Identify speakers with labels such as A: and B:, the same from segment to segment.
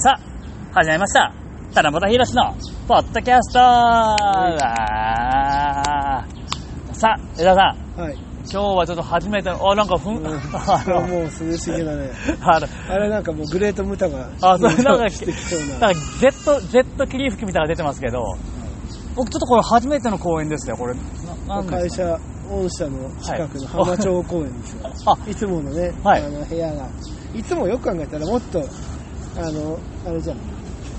A: 始まりました。七夕ひろしの、ポッドキャスト、わーさあ、江田さん、
B: はい。
A: 今日はちょっと初めての、あ、なんかふん、
B: うん
A: あの、
B: もう涼しげだね。
A: あの、
B: あれなんかもうグレートムタが。
A: あ、そう、なんか、
B: してきそうな。
A: なんかジェット、ジェット霧吹きみたいなの出てますけど、僕ちょっとこれ初めての公演ですね、これ。ななんで
B: 会
A: す
B: 社、御社の近くの浜町公園ですよ。
A: かあ、
B: い、つものね、
A: はい
B: あの部屋が。いつもよく考えたらもっと、あの、あれじゃん。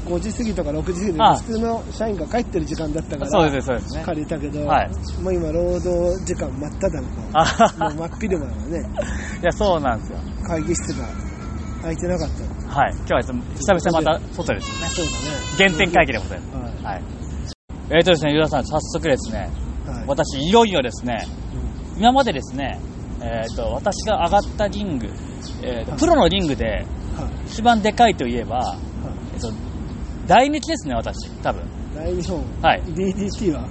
B: 5時過ぎとか6時過ぎで
A: あ
B: 普通の社員が帰ってる時間だったから。
A: そうです、そうですね。
B: 借りたけど、
A: はい
B: もう今労働時間真っ只
A: あは
B: 中。
A: は
B: もう真っ昼間のね、
A: いや、そうなんですよ。
B: 会議室が空いてなかったの
A: はい。今日は久々また外ですね。
B: そうだね。
A: 原点会議でございます。
B: はい。
A: はい。えーとですね、ゆうださん、早速ですね、
B: はい。
A: 私、いよいよですね、
B: うん
A: 今までですね、えー、と私が上がったリング、えーと
B: はい
A: プロのリングで
B: はい
A: 一番でかいといえば、
B: はい
A: えーと大日ですね、私、多分
B: 大日本、
A: はい
B: DDT は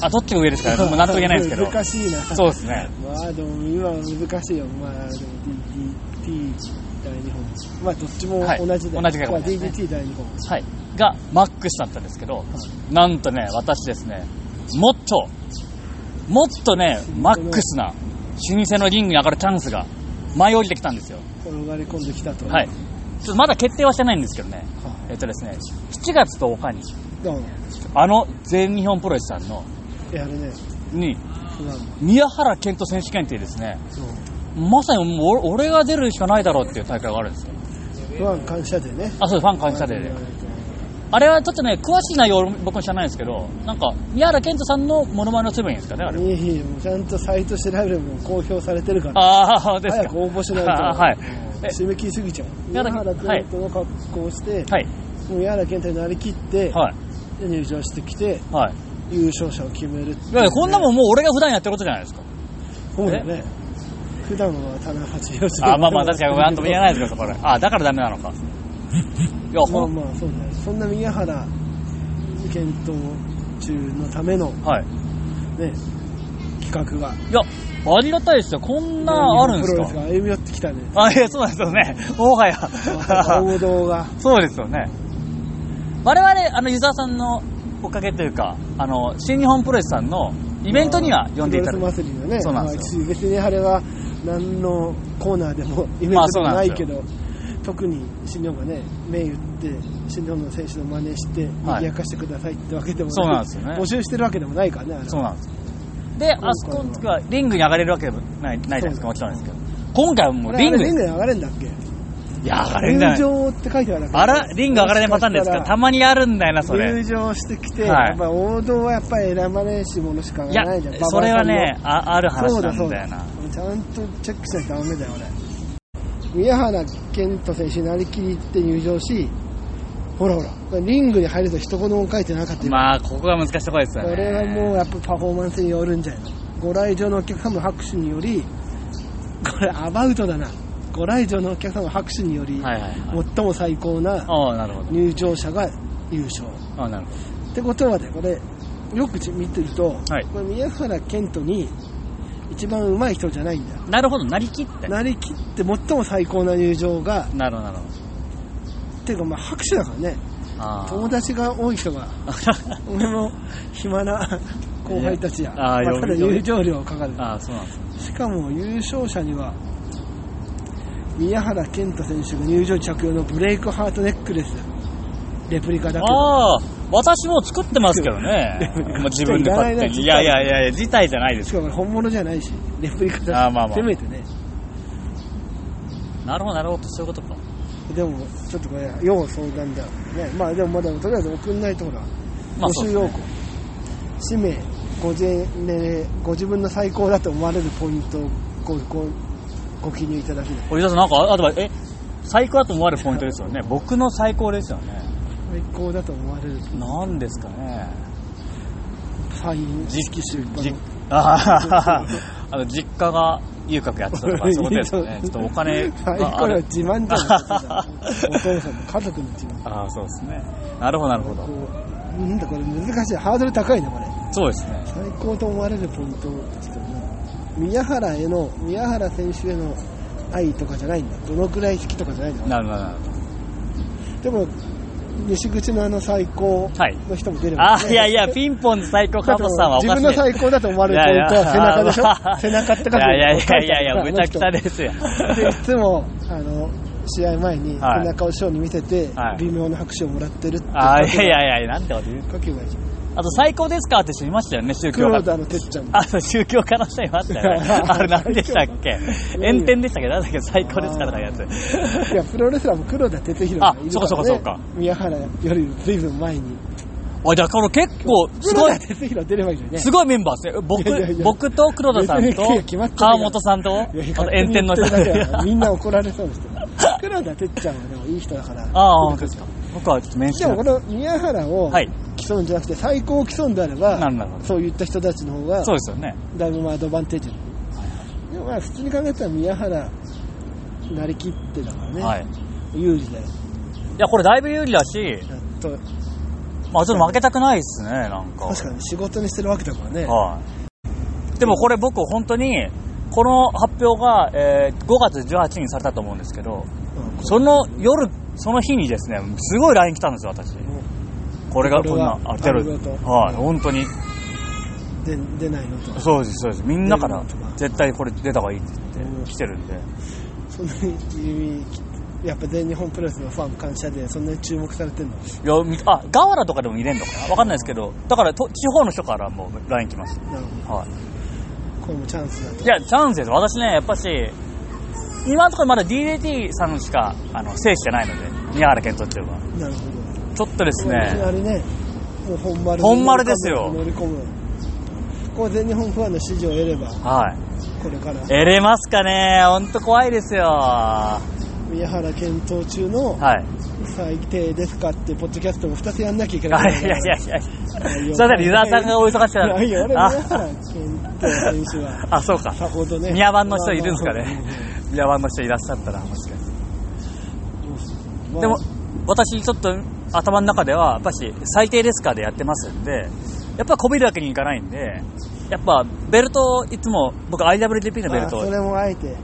A: あどっちが上ですかね、もうなんとも言えないですけど、
B: 難しいな
A: そうですね、
B: まあでも今は難しいよまあでも DDT 大日本まあどっちも
A: はい
B: 同じだよ、
A: 同じかもしれない
B: まあ DDT 大日本
A: はい、がマックスだったんですけど、なんとね、私ですね、もっと、もっとね、マックスな老舗のリングに上がるチャンスが舞い降りてきたんですよ。
B: 転がり込んできたと
A: はい、ちょっとまだ決定はしてないんですけどね、
B: は
A: えっとですね、7月10日に、
B: いどうも
A: あの全日本プロレスさんの
B: やるね
A: に、
B: 不安
A: 宮原健人選手権っていうですね、
B: そう
A: まさにもう俺俺が出るしかないだろうっていう大会があるんですよ。
B: 不安感謝でね
A: あ、そうです、ファン感謝デーで。あれはちょっとね、詳しい内容は僕も知らないんですけど、なんか、宮原健人さんのモノマネをすればいいんですかね、あれ。
B: いいよもうちゃんとサイト調べるも公表されてるから
A: ああ、ですか。
B: 早く応募しないと
A: あー はい。え
B: 締め切りすぎちゃう
A: 宮
B: 宮
A: 原
B: 原健人の格好をして、
A: はい。
B: もう宮原健人になりきって、
A: はい。
B: で入場してきて
A: はい。
B: 優勝者を決めるっていう
A: いやこんなもんもう俺が普段やってることじゃないですか。
B: そうだね。普段は棚八四
A: あーまあまあ確かになんとも言えないですけど、これ。あーだからダメなのか。いや、
B: ま
A: ほ
B: あ
A: ん、
B: まあそうだね。そんな宮原検討中のための
A: はい。
B: ね企画が。
A: いや、ありがたいですよ。こんなあるんです
B: プロ
A: か
B: レスが歩み寄ってき たね。
A: あ、いや、そうなんですよね。もは や。
B: 王道が。
A: そうですよね。我々、あの、ユーザーさんのおかげというか、あの、新日本プロレスさんのイベントには呼んでいただい
B: プロ
A: て、
B: レス祭りのね。
A: そうなんです
B: まあ別にあれは何のコーナーでもイベン
A: まあ
B: ト
A: そ
B: で
A: う
B: も
A: な
B: なんい
A: です
B: け
A: よ
B: ど、特に新日本がね、銘打って、新日本の選手の真似して、
A: はい
B: 賑やかしてくださいってわけでも
A: そうなんですよね
B: 募集してるわけでもないからね、あれは
A: そうなんですよ。で、あそこの時はリングに上がれるわけでもないないじゃないですか、もちろんですけど。今回はもう
B: あれ
A: リングで
B: リン
A: す。
B: グに上がれんだっけ
A: いや、上がれるんじゃない
B: 入場って書いてある
A: あら、リング上がれないパターンですかたまにあるんだよな、そ
B: 入
A: れ。
B: 場してきて、
A: はい
B: やっぱ王道はやっぱり選ばれしものしか
A: いや
B: ないじゃん。、
A: それはね、
B: 馬
A: あある
B: 場さん
A: 話
B: の、そう
A: な
B: だそ
A: ん
B: う
A: だ
B: だ
A: よな。。
B: ちゃんとチェックしないとダメだよ、俺。宮原健人選手になりきりって入場し、ほらほら、リングに入ると一言も書いてなかったよ。
A: まあ、ここが難しいところですよね。
B: これはもうやっぱパフォーマンスによるんじゃないのご来場のお客様の拍手により、これアバウトだな。ご来場のお客様の拍手により、
A: はいはいはい。
B: 最も最高な
A: ああ、なるほど。
B: 入場者が優勝
A: ああ、なるほど。
B: ってことはねこれよく見てると、
A: はい
B: これ宮原健人に一番上手い人じゃないんだよ
A: なるほど、なりきって。
B: なりきって最も最高な入場が
A: なるほど、なるほ
B: っていうかまあ拍手だからね
A: ど。ああ。
B: 友達が多い 人が俺の暇な後輩たちや
A: いやあー
B: ま
A: よ
B: ただ
A: よ
B: 入場料かかる
A: ああ、そうなんですね。
B: しかも優勝者には宮原健人選手が入場着用のブレイクハートネックレスレプリカだけど
A: ああ、私も作ってますけど ね。
B: でも
A: もう自分で買って。い
B: い
A: や
B: ら
A: や
B: ないいな
A: いやいや、事態じゃないで
B: し
A: す。
B: かもこれ本物じゃないし、レプリカだし、
A: あーまあまあ
B: せめてね。
A: なるほど、なるほど、そういうことか。
B: でも、ちょっとこれ、要相談だ。ね、まあでもまだ、とりあえず送んないとほら、
A: まあ
B: 募集要項。氏名、ご自,、ね、ご自分の最高だと思われるポイントをごごご記入いただければ。
A: おじさん、なんか、あとは、え、最高だと思われるポイントですよね。僕の最高ですよね。
B: 最高だと思われる
A: なんですかね。
B: サイン、
A: じ
B: 式出版
A: じああ、あの、実家が遊郭やって たとか、そういうことですよね。ちょっとお金
B: 最
A: があ
B: 高の
A: る。
B: 自慢じゃないですか。お父さんの家族の自慢。
A: ああ、そうですね。なるほど、なるほど。
B: こうなんだこれ難しい。ハードル高いね、これ。
A: そうですね。
B: 最高と思われるポイントちょっとね宮原への宮原選手への愛とかじゃないんだどのくらい好きとかじゃないんだ
A: なるほど、なるほど。
B: でも西口のあの最高
A: はい
B: の人も出るもん
A: あー、いやいや、ピンポンズ最高
B: だ
A: 加
B: っても
A: 藤
B: う
A: さんはお
B: 自
A: かし
B: 分
A: い。
B: の最高だと思われるポイントは背中でしょ 背中って書く
A: いやいやいやいやいや、
B: 書
A: む
B: い
A: ち
B: てあ
A: ゃ
B: る
A: く
B: か
A: ちゃ
B: らあの人
A: ですよ。
B: で いつもあの試合前に背
A: はい
B: 中を師匠に見せて、
A: はい
B: 微妙な拍手をもらってるって
A: あ ー、いやい
B: や
A: やいや、なんてこと言う。
B: 書けばいいじゃん
A: あと、最高ですかって人いましたよね、宗教
B: 黒
A: 家。
B: 田のてっちゃんも
A: あ、そう宗教家の人いました よね。あれ、なんでしたっけ
B: うん
A: 炎天でしたっけなんだっけ最高ですからのやつ。
B: いやプロレスラーも黒田哲弘がいるから、ね、
A: あそうかそうかそうか
B: 宮原よりずいぶん前に
A: あ、じゃあ、この結構、す
B: 黒
A: ごい
B: 田、哲弘出ればいいじゃんね
A: すごいメンバーですね。
B: いやいやい
A: 僕、僕
B: や
A: と黒田さんと
B: 別に決まってる、から
A: 川本さんと、あと
B: いや
A: 炎天の人
B: 勝手に言ってるだけだからみんな怒られそうですけど黒田てっちゃんはでもいい人だから
A: ああ、本当ですか。僕はちょっと面
B: でも
A: 識
B: この宮原を
A: はい
B: 競うんじゃなくて最高を競うんであれば、
A: なるほど
B: そういった人たちの方が
A: そうですよね。
B: だいぶまあアドバンテージだでもまあ普通に考えたら宮原なりきってだからね、
A: はい。い
B: 有利だよ
A: や、これだいぶ有利だし、
B: だと
A: まあちょっと負けたくないですね、なんか。
B: 確かに仕事にしてるわけだからね、
A: はい。でもこれ僕本当に、この発表が、えー5月18日にされたと思うんですけど、
B: うん
A: その夜、その日にですね、すごい LINE 来たんですよ、私。これがこんな、
B: これが
A: あ、出る
B: ありがと。う
A: はい、本当に。
B: で出ないのと
A: そうです、そうです。みんなから
B: 出るのとか、
A: 絶対これ出た方がいいって言
B: う
A: っ
B: ん
A: て、来てるんで。
B: そんなに耳切ってやっぱ全日本プロレスのファン感謝でそんなに注目されてるの
A: いや、みあ、ガワラとかでも入れんのかなわかんないですけど、だからと地方の人からもう LINE 来ます。
B: なるほ
A: はい。
B: どこれもチャンスだと
A: いや、チャンスです。私ね、やっぱし、今のところまだ DDT さんしかあの制してないので、宮原健人っていうのは。
B: なるほど
A: ちょっとです
B: いき
A: ね、
B: なりね、もう本丸に
A: 本丸ですよ
B: 乗り込む。こう全日本ファンの支持を得れば、
A: はい。
B: これから
A: 得れますかねほんと怖いですよ。は
B: 宮原検討中
A: い。
B: の
A: はい。
B: 最低ですかってポッドキャストも2つやんなきゃいけ
A: い
B: な
A: や
B: い。
A: いやいやいや。す
B: い
A: いません、リザーさんがお忙しかった
B: いやいや、俺、宮
A: あ
B: 原検討選手 は、
A: あ、そうか。
B: さほどね。
A: 宮湾の人いるんですかね
B: まあまあ。
A: 宮湾の人いらっしゃったら、もしかして。
B: まあ
A: でも、私ちょっと頭の中では、やっぱし最低ですかでやってますんで、やっぱこびるわけにいかないんで、やっぱベルトをいつも僕 IWGP のベル
B: まあ
A: ト
B: そ
A: を
B: れもあえて、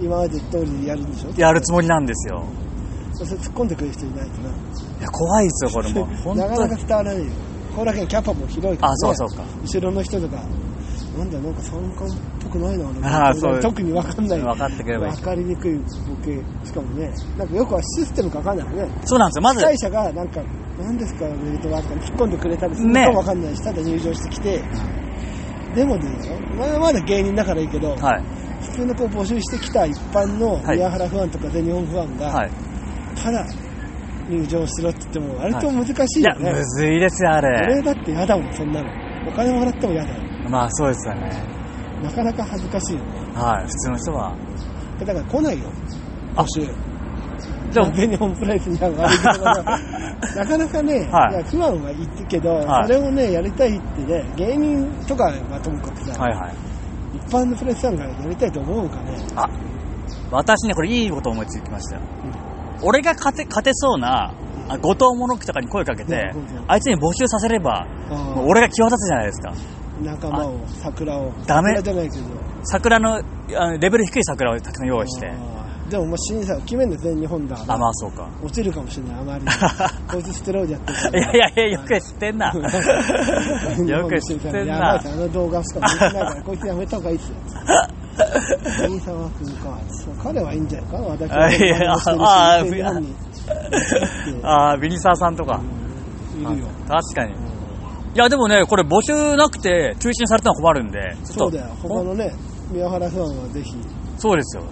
B: 今まで通りでやるんでしょ
A: やるつもりなんですよ。
B: それ突っ込んでくる人いないとな。
A: いや、怖いです よ、これも。本
B: なか
A: 当
B: なか
A: に。
B: 伝わらないよこれだけキャパも広いから、ね、
A: あそうそうか
B: 後ろの人とかなんだなんか三冠っぽくないなの
A: あそう
B: 特に分かんない
A: 分かってくればいい
B: 分かりにくいボケしかもねなんかよくはシステムかわかんないよね
A: そうなんですよ、ま
B: 司
A: ず、
B: 会者がなんか何ですかメリットはとか突っ込んでくれたりするの
A: ね
B: かわかんないし、ただ入場してきてでもねまだまだ芸人だからいいけど、
A: はい。
B: 普通のこう募集してきた一般の
A: はい
B: 宮原ファンとか全日本ファンが、
A: はい。
B: ただ入場しろって言っても割と難しい
A: いや、
B: よね、
A: むずいですよ、あ
B: 俺
A: れ。
B: だって嫌だもんそんなのお金もらっても嫌だよ
A: まあ、そうですよね。
B: なかなか恥ずかしいよ
A: はい、普通の人は。
B: だから来ないよ
A: あ
B: 募集
A: でも、
B: 全日本プロレスには悪いけ どななかなかね、
A: はい
B: いや不安はいるけど、
A: はい
B: それをねやりたいってね芸人とかはともかくさ、
A: はいはい。
B: 一般のプロレスさんがやりたいと思うかね
A: あ、私ね、これいいこと思いつきましたよ。俺が勝て、勝てそうな、あ後藤物樹とかに声かけて
B: うんうんう、ん
A: あいつに募集させれば、
B: あ
A: もう俺が際立つじゃないですか。
B: ー仲間を桜を
A: ダメ
B: 桜じゃないけど
A: 桜の、あのレベル低い桜をたくさん用意して。
B: あーでももう審査を決めんの全日本だ
A: あ、まあそうか。
B: 落ちるかもしれないあまり こいつステロイドやってるか
A: い
B: ら
A: やいやいや、よく知ってんな。よく知ってん
B: やばい
A: な
B: っす。あの動画しか見てないから、こいつやめた方がいいっすよ。飯沢君か。そう彼はいいんじゃないか私
A: あいやあ
B: 全日本に
A: ああ、ビニサーさんとか。
B: いるよ。
A: 確かに。いや、でもね、これ募集なくて中止にされたら困るんで、ち
B: そ
A: ょっと。
B: うだよ。他のね、宮原さんはぜひ、
A: そうですよ。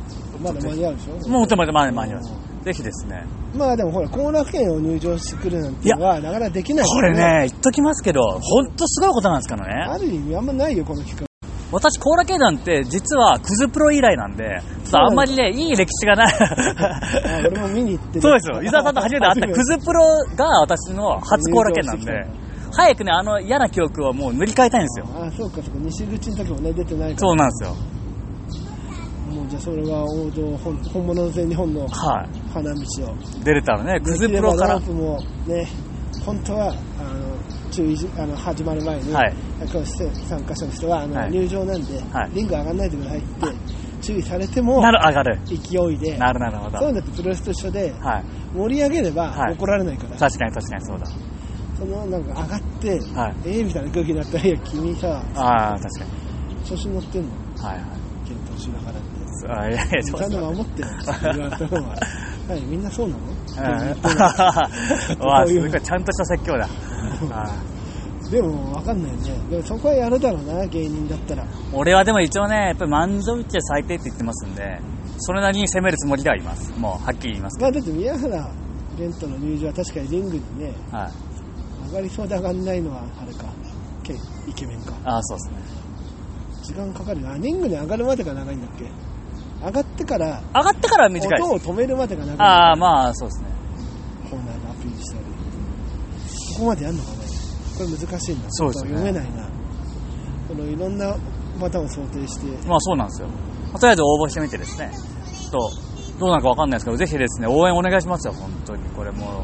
B: まだ間に合うでしょ
A: もうちょっと待って、間に合います。ぜひですね。
B: まあでもほら、後楽園を入場してくるなんていうのは、なかなかできない
A: こ
B: か
A: れ
B: ら。
A: ね、言っときますけど、ほんとすごいことなんですからね。
B: ある意味あんまないよ、この企画。
A: 私、コーラ系団って、実は、クズプロ以来なんで、ちょっとあんまりね、いい歴史 が
B: あ
A: ない。
B: 俺も見に行ってる
A: そうですよ。伊沢さんと初めて会った、クズプロが私の初コーラ系なんで
B: 入場してき、
A: 早くね、あの嫌な記憶をもう塗り替えたいんですよ。
B: あ、そうか、そうか。西口の時もね、出てないから。
A: そうなんですよ。
B: もうじゃあそれは王道、本本物の全日本の
A: はい。
B: 花道を。
A: 出れたらね、クズプロか
B: ロ
A: ら
B: ー。プもね、本当は、あの、注意し、あの、始まる前に、
A: はい
B: 今日参加者の人は、あの、
A: はい
B: 入場なんで、
A: はい
B: リング上がらないでくださいって、注意されても
A: なる、上がる。
B: 勢いで
A: なるなるほど。
B: そういうのってプロレスと一緒で
A: はい。
B: 盛り上げれば
A: はい
B: 怒られないから、
A: 確かに確かにそうだ。
B: そのなんか上がって、
A: はい
B: ええみたいな空気になったらいや君さ
A: ああ、確かに。
B: 調子に乗ってんの
A: はいはい
B: 検討しながらって
A: そう。あいやいや、ちょ
B: ち
A: っ
B: ゃん
A: と
B: と守ってよって言われ たのははいみんなそうなのって
A: うん
B: 言っ
A: わあ、すごい、ちゃんとした説教 だ。あー
B: てでも分かんないよねでもそこはやるだろうな芸人だったら
A: 俺はでも一応ね、やっぱり満場一致で最低って言ってますんで、それなりに攻めるつもりではいます。もう、はっきり言います。
B: まあだって宮原玄斗の入場は確かにリングにね
A: はい。
B: 上がりそうで上がんないのはあれかけイケメンか
A: ああ、そうですね。
B: 時間かかるなリングに上がるまでが長いんだっけ上がってから
A: 上がってからは短いです
B: 音。を止めるまでが長い
A: ああ、まあ、そうですね。
B: コーナーでアピールしたりここまでやるのかねこれ難しいんだ
A: そうですね
B: ちょっと読めないなこのいろんなパターンを想定して
A: まあそうなんですよ。まあとりあえず応募してみてですね、ちょっと、どうなるかわかんないですけど、ぜひですね、応援お願いしますよ、本当に。これも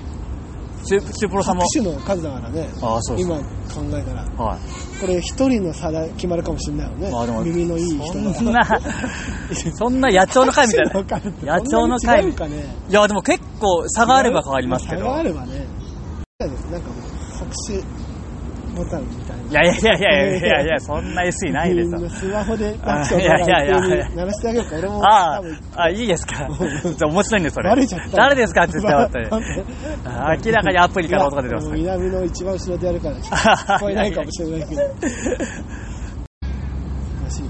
A: う、シュシュプロさんも
B: 拍。手の数だからね
A: ああ、そうです
B: 今
A: ね。
B: 考えたら
A: は
B: これ一人の差で決まるかもしれないよね、
A: い。まあでも、
B: 耳のいい人が
A: そんな、そんな野鳥の会みたいな。い
B: 拍手の数って
A: 野鳥の会
B: こんなに違うかね
A: や、でも結構差があれば変わりますけど。
B: 差があればね。なんかもう、拍手ボタンみたいな。
A: いやいやいやいやいやい や、そんな SE ないです
B: みん
A: よ。
B: スマホで拍手を
A: あいやいやいや
B: ボタンに鳴らしてあげようか。俺も、
A: あ
B: 多分
A: あ、あいいです か。じゃあ面白いんです、それ。
B: バレちゃった
A: 誰ですかって言ってま
B: バレ
A: た明らかにアプリから音が出てますね。
B: いや南の一番後ろでやるから、聞こえないかもしれない けど。らしいね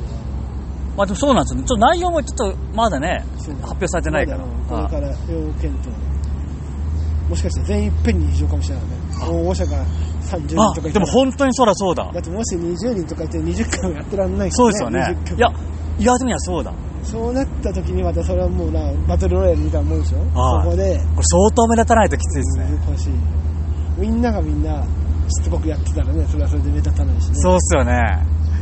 A: まあでもそうなんですよね。ちょっと内容もちょっとまだね、
B: そう
A: 発表されてないから。
B: まだこれから要検討。もしかして全員いっぺんに異常かもしれないね。応募者が30人
A: あ
B: とかい
A: でも本当にそうだそうだ。
B: だってもし20人とかいて20回もやってらんない
A: そうですよね
B: 20。回
A: いや、いやでもいやそうだ。こ
B: そうなった時にまたそれはもうなバトルロイヤルみたいなもんでしょ
A: はい
B: そこで
A: れ相当目立たないときついですね。
B: 難しいみんながみんなしつこくやってたらねそれはそれで目立たないしね
A: そうっすよね。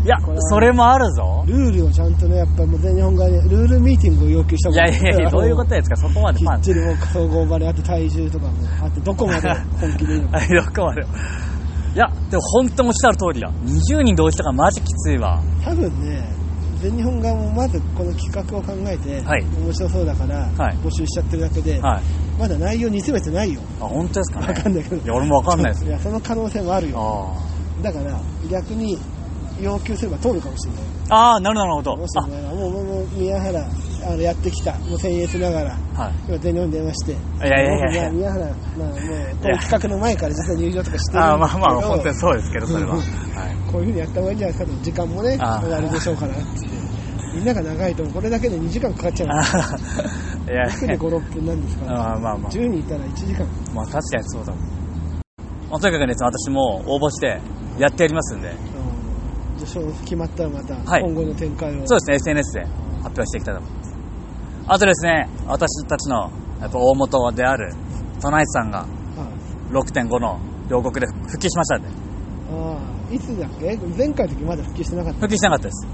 A: いや
B: これはね、
A: それもあるぞ。
B: ルールをちゃんとねやっぱりもう全日本側にルールミーティングを要求した
A: い
B: も
A: やい
B: ん
A: やいや、どういうことですか、そこまで
B: き
A: パン
B: っ。ちりもう総合バレあって体重とかもあってどこまで本気でいいのか
A: はい、どこまで。 いや、でも本当におっしゃる通りだ。20人同時とかマジきついわ。
B: 多分ね全日本側もまずこの企画を考えて、
A: はい
B: 面白そうだから、
A: はい
B: 募集しちゃってるだけで、
A: はい。
B: まだ内容煮詰めてないよ
A: あ、本当ですか
B: わかん
A: ね。
B: ないけど
A: いや、俺もわかんないです。
B: いやその可能性もあるよ
A: あ
B: だから逆に要求すれば通るかもしれない
A: あ。ああ、なるほど、なる
B: も
A: ほ
B: し
A: ど。
B: ねもうもうもう宮原あのやってきたもう僭越ながら
A: あ、はい。
B: 今全日本に電話してい
A: いやいやいやいや
B: 宮原、まあ、もうこの企画の前から実は入場とかしてる
A: あーまあまあ、本当に
B: す
A: そうですけど、 それは。
B: うん
A: はい。
B: こういうふうにやった方がいいんじゃないですかと時間もね
A: あー
B: 終わりでしょうからっつってみんなが長いとこれだけで2時間かかっちゃう
A: あ
B: の
A: ーいや
B: 1人56分なんですか ら
A: あーまあまあ、
B: 10人いたら1時間
A: まあ確かにそうだもん。まあ、とにかくね、私も応募してやってやりますんで、
B: うんじゃあ決まったらまた
A: はい
B: 今後の展開を、
A: そうですね、SNS で発表していきたいと思います。あとですね、私たちのやっぱ大元である、トナイツさんが
B: はい
A: 6.5の両国で復帰しましたんで、
B: ああいつだっけ前回の時まだ復帰してなかった
A: 復帰しなかったです。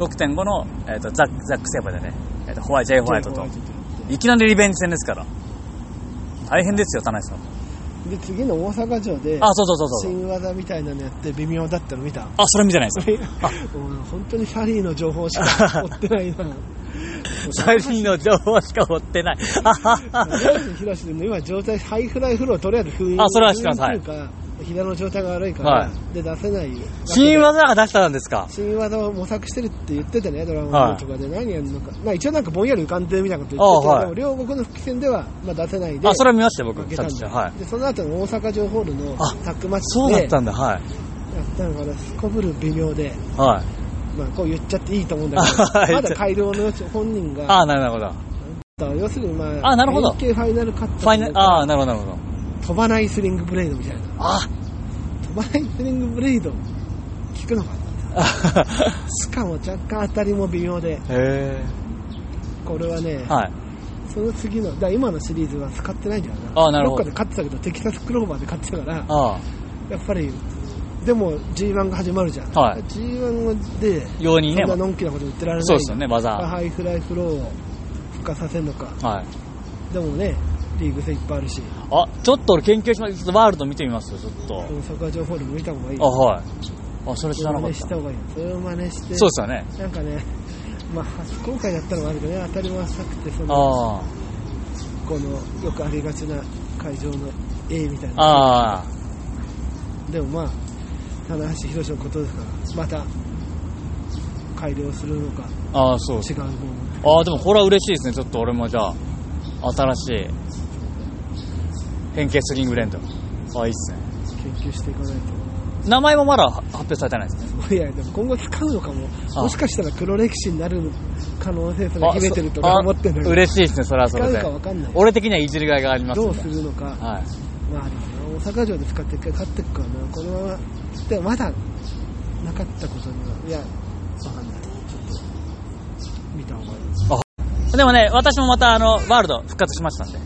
A: 6.5の、えー、とザック・ザック・セーバーでね、えー、とホワイト・ J ・ホワイトと、いきなりリベンジ戦ですから、大変ですよ、田内さん。
B: で次の大阪城で
A: あ、そうそうそうそう。
B: 新技みたいなのやって微妙だったの見 た
A: あ、それ見てない ですよ。
B: 俺本当にサリーの情報しか 追ってないな
A: 最近の情報しか追ってない。
B: 宮内宏でも今状態ハイフライフローとりあえず封印
A: あそれは知ってます
B: 封印っていうか膝の状態が悪いから、
A: は
B: で出せない
A: 新技が出したんですか
B: 新技を模索してるって言ってたね、ドラゴンボールとかで、何やるのか、まあ、一応なんかぼんやり浮かんでるみたいなこと言ってて、
A: あはい
B: でも両国の復帰戦では、まあ、出せないで、
A: あ、それは見ましたよ、僕、
B: 負け
A: ち
B: た
A: ゃ
B: ん
A: ん
B: だ
A: と
B: よ、
A: はい。
B: でその後の大阪城ホールの
A: あ
B: タッグマッチで
A: そうだったんだ、はい。
B: やったのからすこぶる微妙で、
A: はい。
B: まあ、こう言っちゃっていいと思うんだけ
A: あはい
B: どまだ改良の余地本人が
A: あ、なるほど。
B: 要するにまあ
A: あなるほど
B: NHK ファイナルカット
A: ファイナル、ああ、なるほど、なるほど。
B: 飛ばないスリングブレードみたいな
A: あ
B: 飛ばないスリングブレード聞くのか
A: あ
B: しかも若干当たりも微妙で
A: へ
B: これはね、
A: え。はい。
B: その次のだから今のシリーズは使ってないんだよな
A: あなるほど
B: どっかで勝ってたけどテキサスクローバーで勝ってたから
A: ああ。
B: やっぱりでも G1 が始まるじゃん、
A: はい
B: G1 で
A: 用に
B: そ
A: ね
B: ん、なのんきなこと言ってられない
A: そうですよね、技。は
B: ハイフライフローを復活させるのか
A: い。
B: でもねリーグ戦いっぱいあるし
A: あ、ちょっと俺研究します。ちょっとワールド見てみますよ、ちょっ
B: このサッカー情報でも見た方がいい
A: と。あ、はい。あ、それ知
B: それ
A: ら
B: を
A: なかった。そ
B: 真似した
A: う
B: 方がいいそれを真似して
A: ですよね。
B: なんかね まあ、初公開だったのもあるけどね、当たりも浅くて、その、
A: あ
B: この、よくありがちな会場の絵みたい
A: あ、
B: な。
A: ああ、
B: でもまあ、棚橋宏のことですから、また、改良するのか、
A: ああ、そう。
B: 違うのも
A: ああ、でもこれは嬉しいですね。ちょっと俺もじゃあ、新しい、変形スリングレンド。ああ、いいっすね。
B: 研究していかない
A: 名前もまだ発表されてないですね。
B: と。いや、でも今後使うのかも、
A: あ
B: もしかしたら黒歴史になる可能性とか秘めてるとか思ってん
A: あそ
B: だけ
A: あ
B: ど、
A: 嬉しいですね、それはそ
B: 使
A: れ
B: う
A: で
B: か。わかんない。
A: 俺的にはいじりがいがあります
B: ど
A: ん
B: う
A: です
B: るのか、
A: はい。
B: まあ、あれだな大阪城で使って一回勝っていくからな、このまま、でもまだなかったことには、いや、わかんない、ちょっと見た方がいい。
A: でもね、私もまたあの、ワールド復活しましたんで。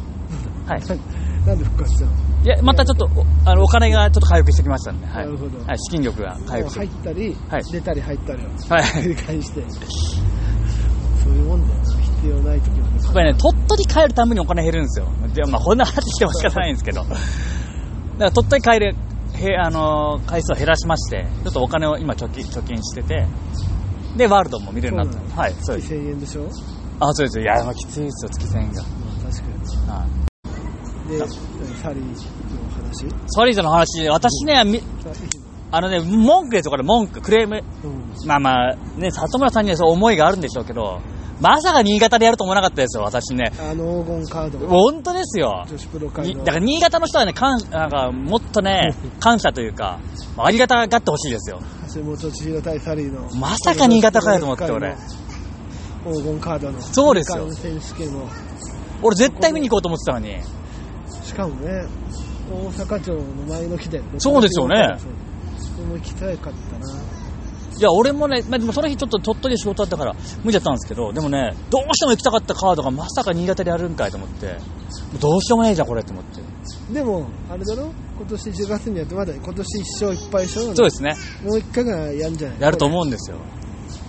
A: はい。
B: なんなんで復活したの、
A: いや、またちょっと、おあの、お金がちょっと回復してきましたんで、はい。
B: なるほど
A: はい、資金力が回
B: も
A: 復
B: う
A: して
B: 入
A: き
B: ったり、
A: はい
B: 出たり入ったりを
A: はい。
B: 繰り返して、そういうもんだよな、必要ない時はね
A: やっぱりね、鳥取帰るためにお金減るんですよ。で、まあ、こんな話しても仕方ないんですけど。だから鳥取帰る、へあのー回数を減らしまして、ちょっとお金を今貯金、貯金してて、で、ワールドも見るようにな
B: そう
A: っ
B: な
A: た。はい、そうです。
B: 月1000円でしょ、ま
A: あ、そうです。いや、まあ、きついですよ、月1000円が。
B: あ、確か
A: はい
B: に。で、サリーの話、
A: ソリーズの話、私ね、みあのね、文句ですよ、これ、文句、クレーム。
B: うん、
A: まあまあ、ね、里村さんにはそう思いがあるんでしょうけど、まさか新潟でやると思わなかったですよ、私ね。
B: あの黄金カード、
A: 本当ですよ。
B: 女子プロ界
A: に
B: の
A: だから新潟の人はね、感なんかもっとね、感謝というか、まあありがたがってほしいですよ。
B: 橋本千尋対サリーの、
A: まさか新潟かよと思って俺。
B: 黄金カードの
A: そうですよ
B: 年間選手権も
A: 俺絶対見に行こうと思ってたのに。
B: しかもね大阪城の前の木で
A: そうですよね
B: そうも行きたかったない
A: や、俺もね、まあ、でもその日ちょっと鳥取で仕事だったから、無理だったんですけど、でもね、どうしても行きたかったカードがまさか新潟でやるんかいと思って、どうしようもねえじゃん、これと思って。
B: でもあれだろ今年10月にやってまだ今年1勝1敗しょ
A: そうですね。
B: もう1回ぐらいやるんじゃない
A: やると思うんですよ。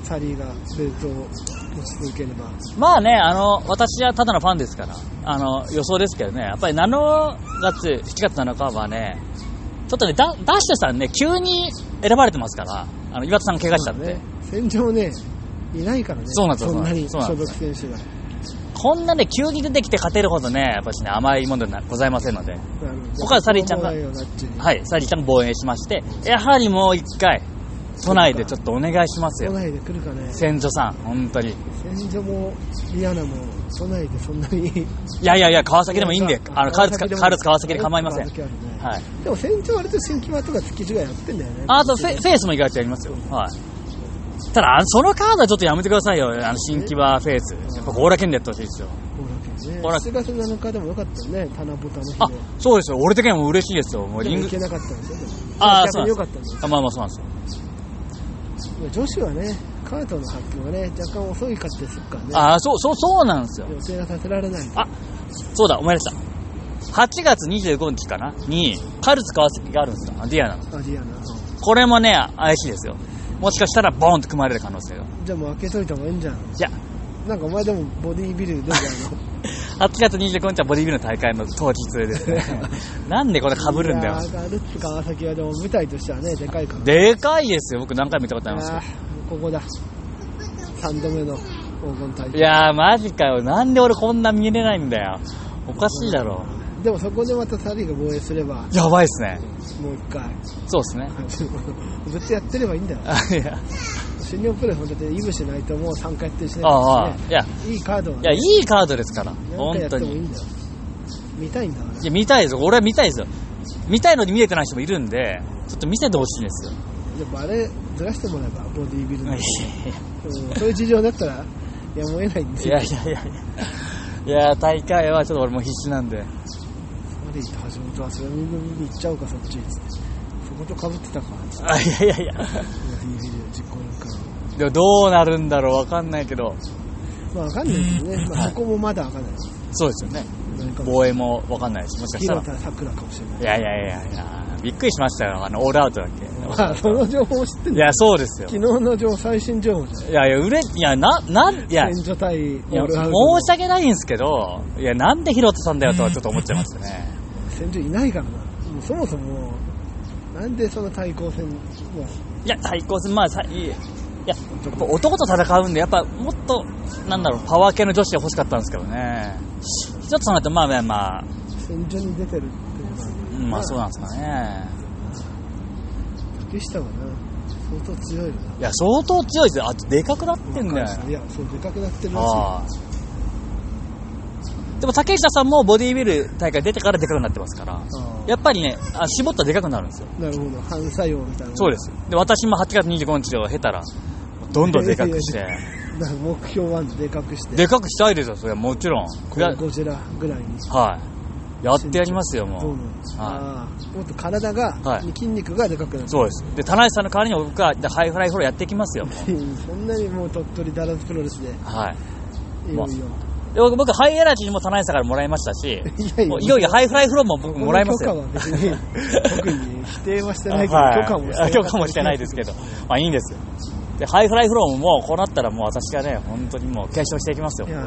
B: サリーがベルトを持ち続ければ
A: まあね、あの、私はただのファンですから、あの、予想ですけどね、やっぱり7月、7月7日はね、ちょっとね、ダダッシュさんね、急に選ばれてますから、あの、岩田さんが怪我しちゃって、
B: ね戦場ねいないからね
A: そうなんですよ
B: そんなに
A: そうなん
B: 所
A: で
B: 属
A: す
B: 選手が
A: こんなね、急に出てきて勝てるほどね、やっぱしね、甘いものではございませんので、
B: なるほど
A: ここはサリーちゃんが
B: しょうもないよなっちゅうに
A: はい、サリーちゃんが防衛しまして、やはりもう一回、都内でちょっとお願いします
B: 都
A: よ。
B: 内で来るかね
A: 先祖さん、本当に。
B: 戦場もリアナも都内でそんなに
A: いやいやいや、川崎でもいいんで、あの、カールツ、カ
B: でも
A: ールツ川崎で構いません。
B: 川崎あるね
A: はい。
B: でも船長割と新木場とか築地がやってんだよね
A: あとフェ、フェイスも意外とやりますよ。はい。ただ、あのそのカードはちょっとやめてくださいよ。あの、新木場フェイス。やっぱ、強羅県でやってほしいですよ。
B: 後楽園ね
A: 後楽
B: 7月7日でもよかったよね棚ぼたの日で
A: あ、そうですよ。俺的にはもう嬉しいですよ。もう
B: で
A: リン
B: も
A: グ
B: 行け。なかったんですよでも
A: あー
B: 逆によかったんです
A: あ、まあまあそうなんですよ。
B: よ女子はねカートの発表がね若干遅いかったりするからね
A: あー、そう、そう、そうなんですよ。
B: 予定が立てられない
A: あ、そうだ、思い出した。8月25日かなに、カルツ川崎があるんですよ。あディアナの。
B: アジアな
A: これもね、怪しいですよ。もしかしたら、ボーンと組まれる可能性が。い
B: じゃあもう開けといた方がいいんじゃん
A: や、
B: なんかお前でもボディービルであ
A: 8月25日はボディビルの大会の当日ですね。 なんでこれ 被
B: の
A: るんだよ
B: い。やーガルッツ川崎はでも舞台としてはねでかいから
A: でかいですよ、僕何回も見たことありますけ
B: あーもうここだ3度目の黄金大
A: ど。
B: 会
A: いやー、マジかよ。なんで俺こんな見れないんだよ。おかしいだろ。
B: でもそこでまたサリーが防衛すれば
A: やばいっすね。
B: もう一回
A: そうっすね。
B: ずっとやってればいいんだよ
A: あいや、
B: 新日本プロレスもだってイブしないともう3回やってるしね
A: ああ、いや、
B: いいカードはい
A: や、い
B: ね
A: いカードですから。
B: 何回や
A: 本
B: っ
A: 当
B: てもいい
A: に。
B: んだよ見たいんだから
A: いや、見たいですよ。俺は見たいですよ。見たいのに見れてない人もいるんで、ちょっと見せてほしいん ですよ。
B: でもあれずらしてもらえばボディービルの、うん、
A: い
B: そういう事情だったらやむを得ないんですよ
A: やいやいやいや。いや、大会はちょっと俺も必死なんで。
B: まで行って橋本はそれ見に行っちゃおうかそっちっつってそことかぶってたから
A: あ、いやいやいや。
B: ボディービル実行なんか
A: でもどうなるんだろうわかんないけど。
B: まあわかんないけどね、まあ、そこもまだわかんない
A: そうですよね。
B: 何か
A: 防衛もわかんないし、もしかしたら
B: 広。田さくらかもしれない
A: いやいやいやいや、びっくりしましたよ、あの、オールアウトだっ け。
B: あ、その情報知ってん
A: い
B: の
A: や、そうですよ。
B: 昨日の情最新情報じ
A: いやいや、うれ、いや、な、なん、いや、
B: ゃん。
A: い
B: 援助対オ
A: や申
B: ールアウト
A: し訳ないんですけど、いや、なんでヒロトさんだよとはちょっと思っちゃいましたね。
B: 戦場いないからな。もうそもそも、なんでその対抗戦は、
A: いや、対抗戦、まあ、さいいや、やっぱ男と戦うんで、やっぱもっと、なんだろう、パワー系の女子で欲しかったんですけどね。ちょっとその後、まあまあまあ、
B: 戦場に出てるっていうのは
A: うんまあそうなんですかね。
B: 竹下はな相当強いよない
A: や、相当強いですよ。あ、でかくなってんだよ。
B: いやそうでかくなってるらしい
A: ああ。でも竹下さんもボディービル大会出てからでかくなってますから。
B: ああ
A: やっぱりね、あ絞ったらでかくなるんですよ。
B: なるほど反作用みたいな
A: そうです。で、私も8月25日を経たら、どんどんでかくして。
B: なんか目標はでかくして
A: でかくしたいですよ、それはもちろん。
B: こ
A: や
B: のゴジラぐらいに
A: はい。やってやりますよ、
B: ど
A: も
B: う
A: う
B: も。ああもっと体が、
A: はい
B: 筋肉がでかくなる
A: そうです。で、田内さんの代わりに僕はでハイフライフローやっていきますよ、もう。
B: そんなにもう鳥取ダラスプロレスで
A: はい。
B: いよいよ
A: で僕、僕ハイエナジーも田内さんから もらいましたし、
B: いやい
A: もういよいよハイフライフローも僕もらいますよ。
B: この許可は別に特に否定はしてないけど、
A: はい
B: 許可もして
A: あ許可もしてないですけど、まあいいんですよ。で、ハイフライフローももうこうなったらもう私がね、本当にもう継承していきますよ
B: い。や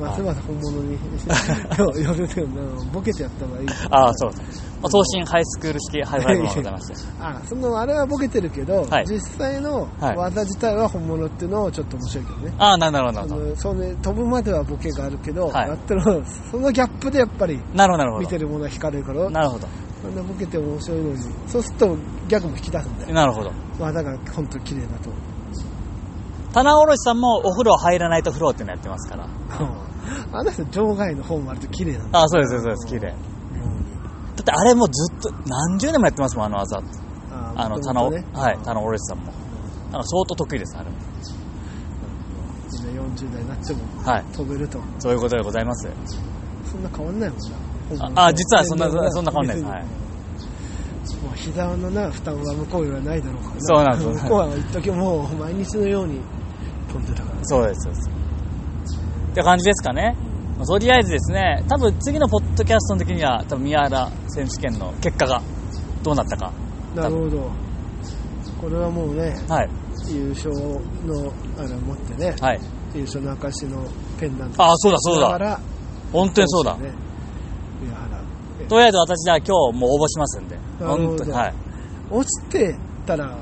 B: ますます本物に よるけどなボケてやった方がいい
A: ああ、そうです。まあ、東進ハイスクール式ハイフライフローもございまして。
B: あそのあれはボケてるけど、
A: はい
B: 実際の
A: はい
B: 技自体は本物っていうのをちょっと面白いけどね、
A: ああ、なるほど、な
B: あ
A: るほど。
B: のそうね、飛ぶまではボケがあるけど、
A: はい
B: やってるそのギャップでやっぱり
A: なるほど、なるほ
B: 見て
A: ど。
B: るものは惹かれるから
A: なるほど。
B: そんなボケても面白いのにそうするとギャグも引き出すんだよ
A: なるほど。
B: 技が本当綺麗だと
A: 棚卸さんもお風呂入らないと風呂っていうのやってますから。
B: あの人場外の方も割と綺麗なんだ
A: ああ、そうです、そうです、綺麗。だってあれもうずっと何十年もやってますもん、あの技。あの、棚、ね、はい、棚卸さんも。だから相当得意です、あれも。
B: みんな40代になっても
A: はい。
B: 飛べると
A: そういうことでございます。
B: そんな変わんないもんな本物と
A: ああ実はそんなそんな変わんないです
B: 別に
A: はい
B: もう膝のな負担は向こうよりはないだろうから
A: そうなんですよ
B: 向こうは一時もう毎日のように飛んでたから
A: そうです、そうです。って感じですかね。とりあえずですね、多分次のポッドキャストの時には、多分宮原選手権の結果がどうなったか。
B: なるほどこれはもうね
A: はい、
B: 優勝のあれを持ってね
A: はい。
B: 優勝の証のペンダント
A: ああ、そうだ、そう
B: だか
A: だ。
B: ら
A: 本当にそうだ
B: ど。しよね上原え
A: とりあえず私じゃあ今日もう応募しますんで。
B: ほど
A: 本当に。はい。
B: 落ちてたら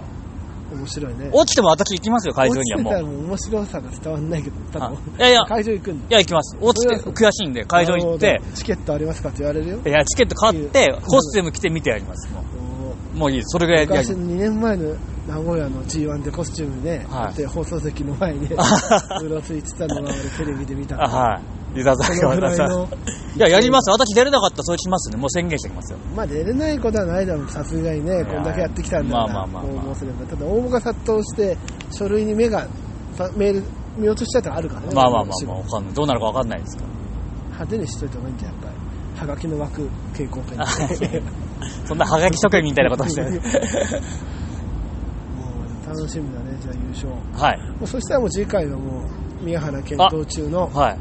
B: 面白いね
A: 落ちても私行きますよ、会場にはも
B: 落ちてたら
A: う。
B: もう面白さが伝わんないけど多
A: はい
B: 分
A: いやいや
B: 会場行くんだ
A: いや、行きます。落ちて
B: とり
A: 悔しいんで、会場行っ
B: なる
A: て
B: ほ、どチケットありますかって言われるよ
A: いや、チケット買っ
B: いい
A: て
B: よ、
A: コステム着て見てやります。も
B: おー
A: うもういいです。それぐらいやり
B: 昔の2年前の名古屋の G1 でコスチュームで、
A: はい
B: で放送席の 前にうろついてたのは俺テレビで見た
A: あ、はい。いただき
B: そのぐら
A: ま
B: い
A: す。
B: の
A: いや、やります。私出れなかったらそれしますね。もう宣言してきますよ。
B: まあ出れないことはないだろうさすがにね
A: や
B: こんだけやってきたんだから
A: まあまあまあまあ
B: 応募すればただ応募が殺到して書類に目がさメール見落としちゃったらあるからね
A: まあまあまあまあ、
B: も
A: わかんない。どうなるかわかんないですけど。
B: う派手にしといた方がいいんじゃんやっぱりはがきの枠蛍光ペン
A: あ
B: で
A: そんなハガキ職人みたいなことして
B: もう楽しみだねじゃあ優勝も
A: はい。
B: うそしたらもう次回はもう宮原検討中の
A: はい。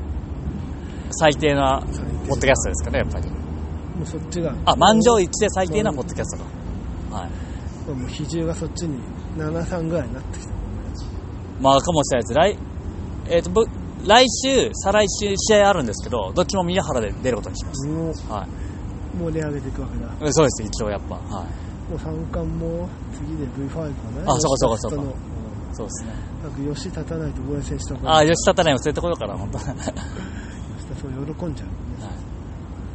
A: 最低な
B: 最低
A: ポッドキャストですかね、やっぱり。
B: もうそっちが
A: あ、満場一致で最低なポッドキャストだ。はい。
B: もう比重がそっちに73ぐらいになってきたもんね
A: まあ、かもしれないです。来、えっ、と、ぶ来週、再来週試合あるんですけど、どっちも宮原で出ることにします。
B: もう
A: はい。
B: 盛り上げていくわけだも
A: そうです、一応やっぱ。はい。
B: う三冠も次で V5 かな
A: あそうかそうかそうか
B: 吉
A: そうですね。
B: 田とのなんか吉立たないと応援選手とか
A: あ、吉田たないも連れてこようかな、本当 っ
B: 吉田そう喜んじゃうもんね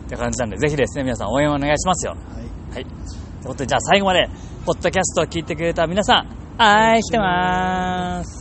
A: て感じなんで、ぜひですね、皆さん応援お願いしますよ。
B: はい
A: はい。ということで、じゃあ最後まで、ポッドキャストを聞いてくれた皆さん、愛してまーす。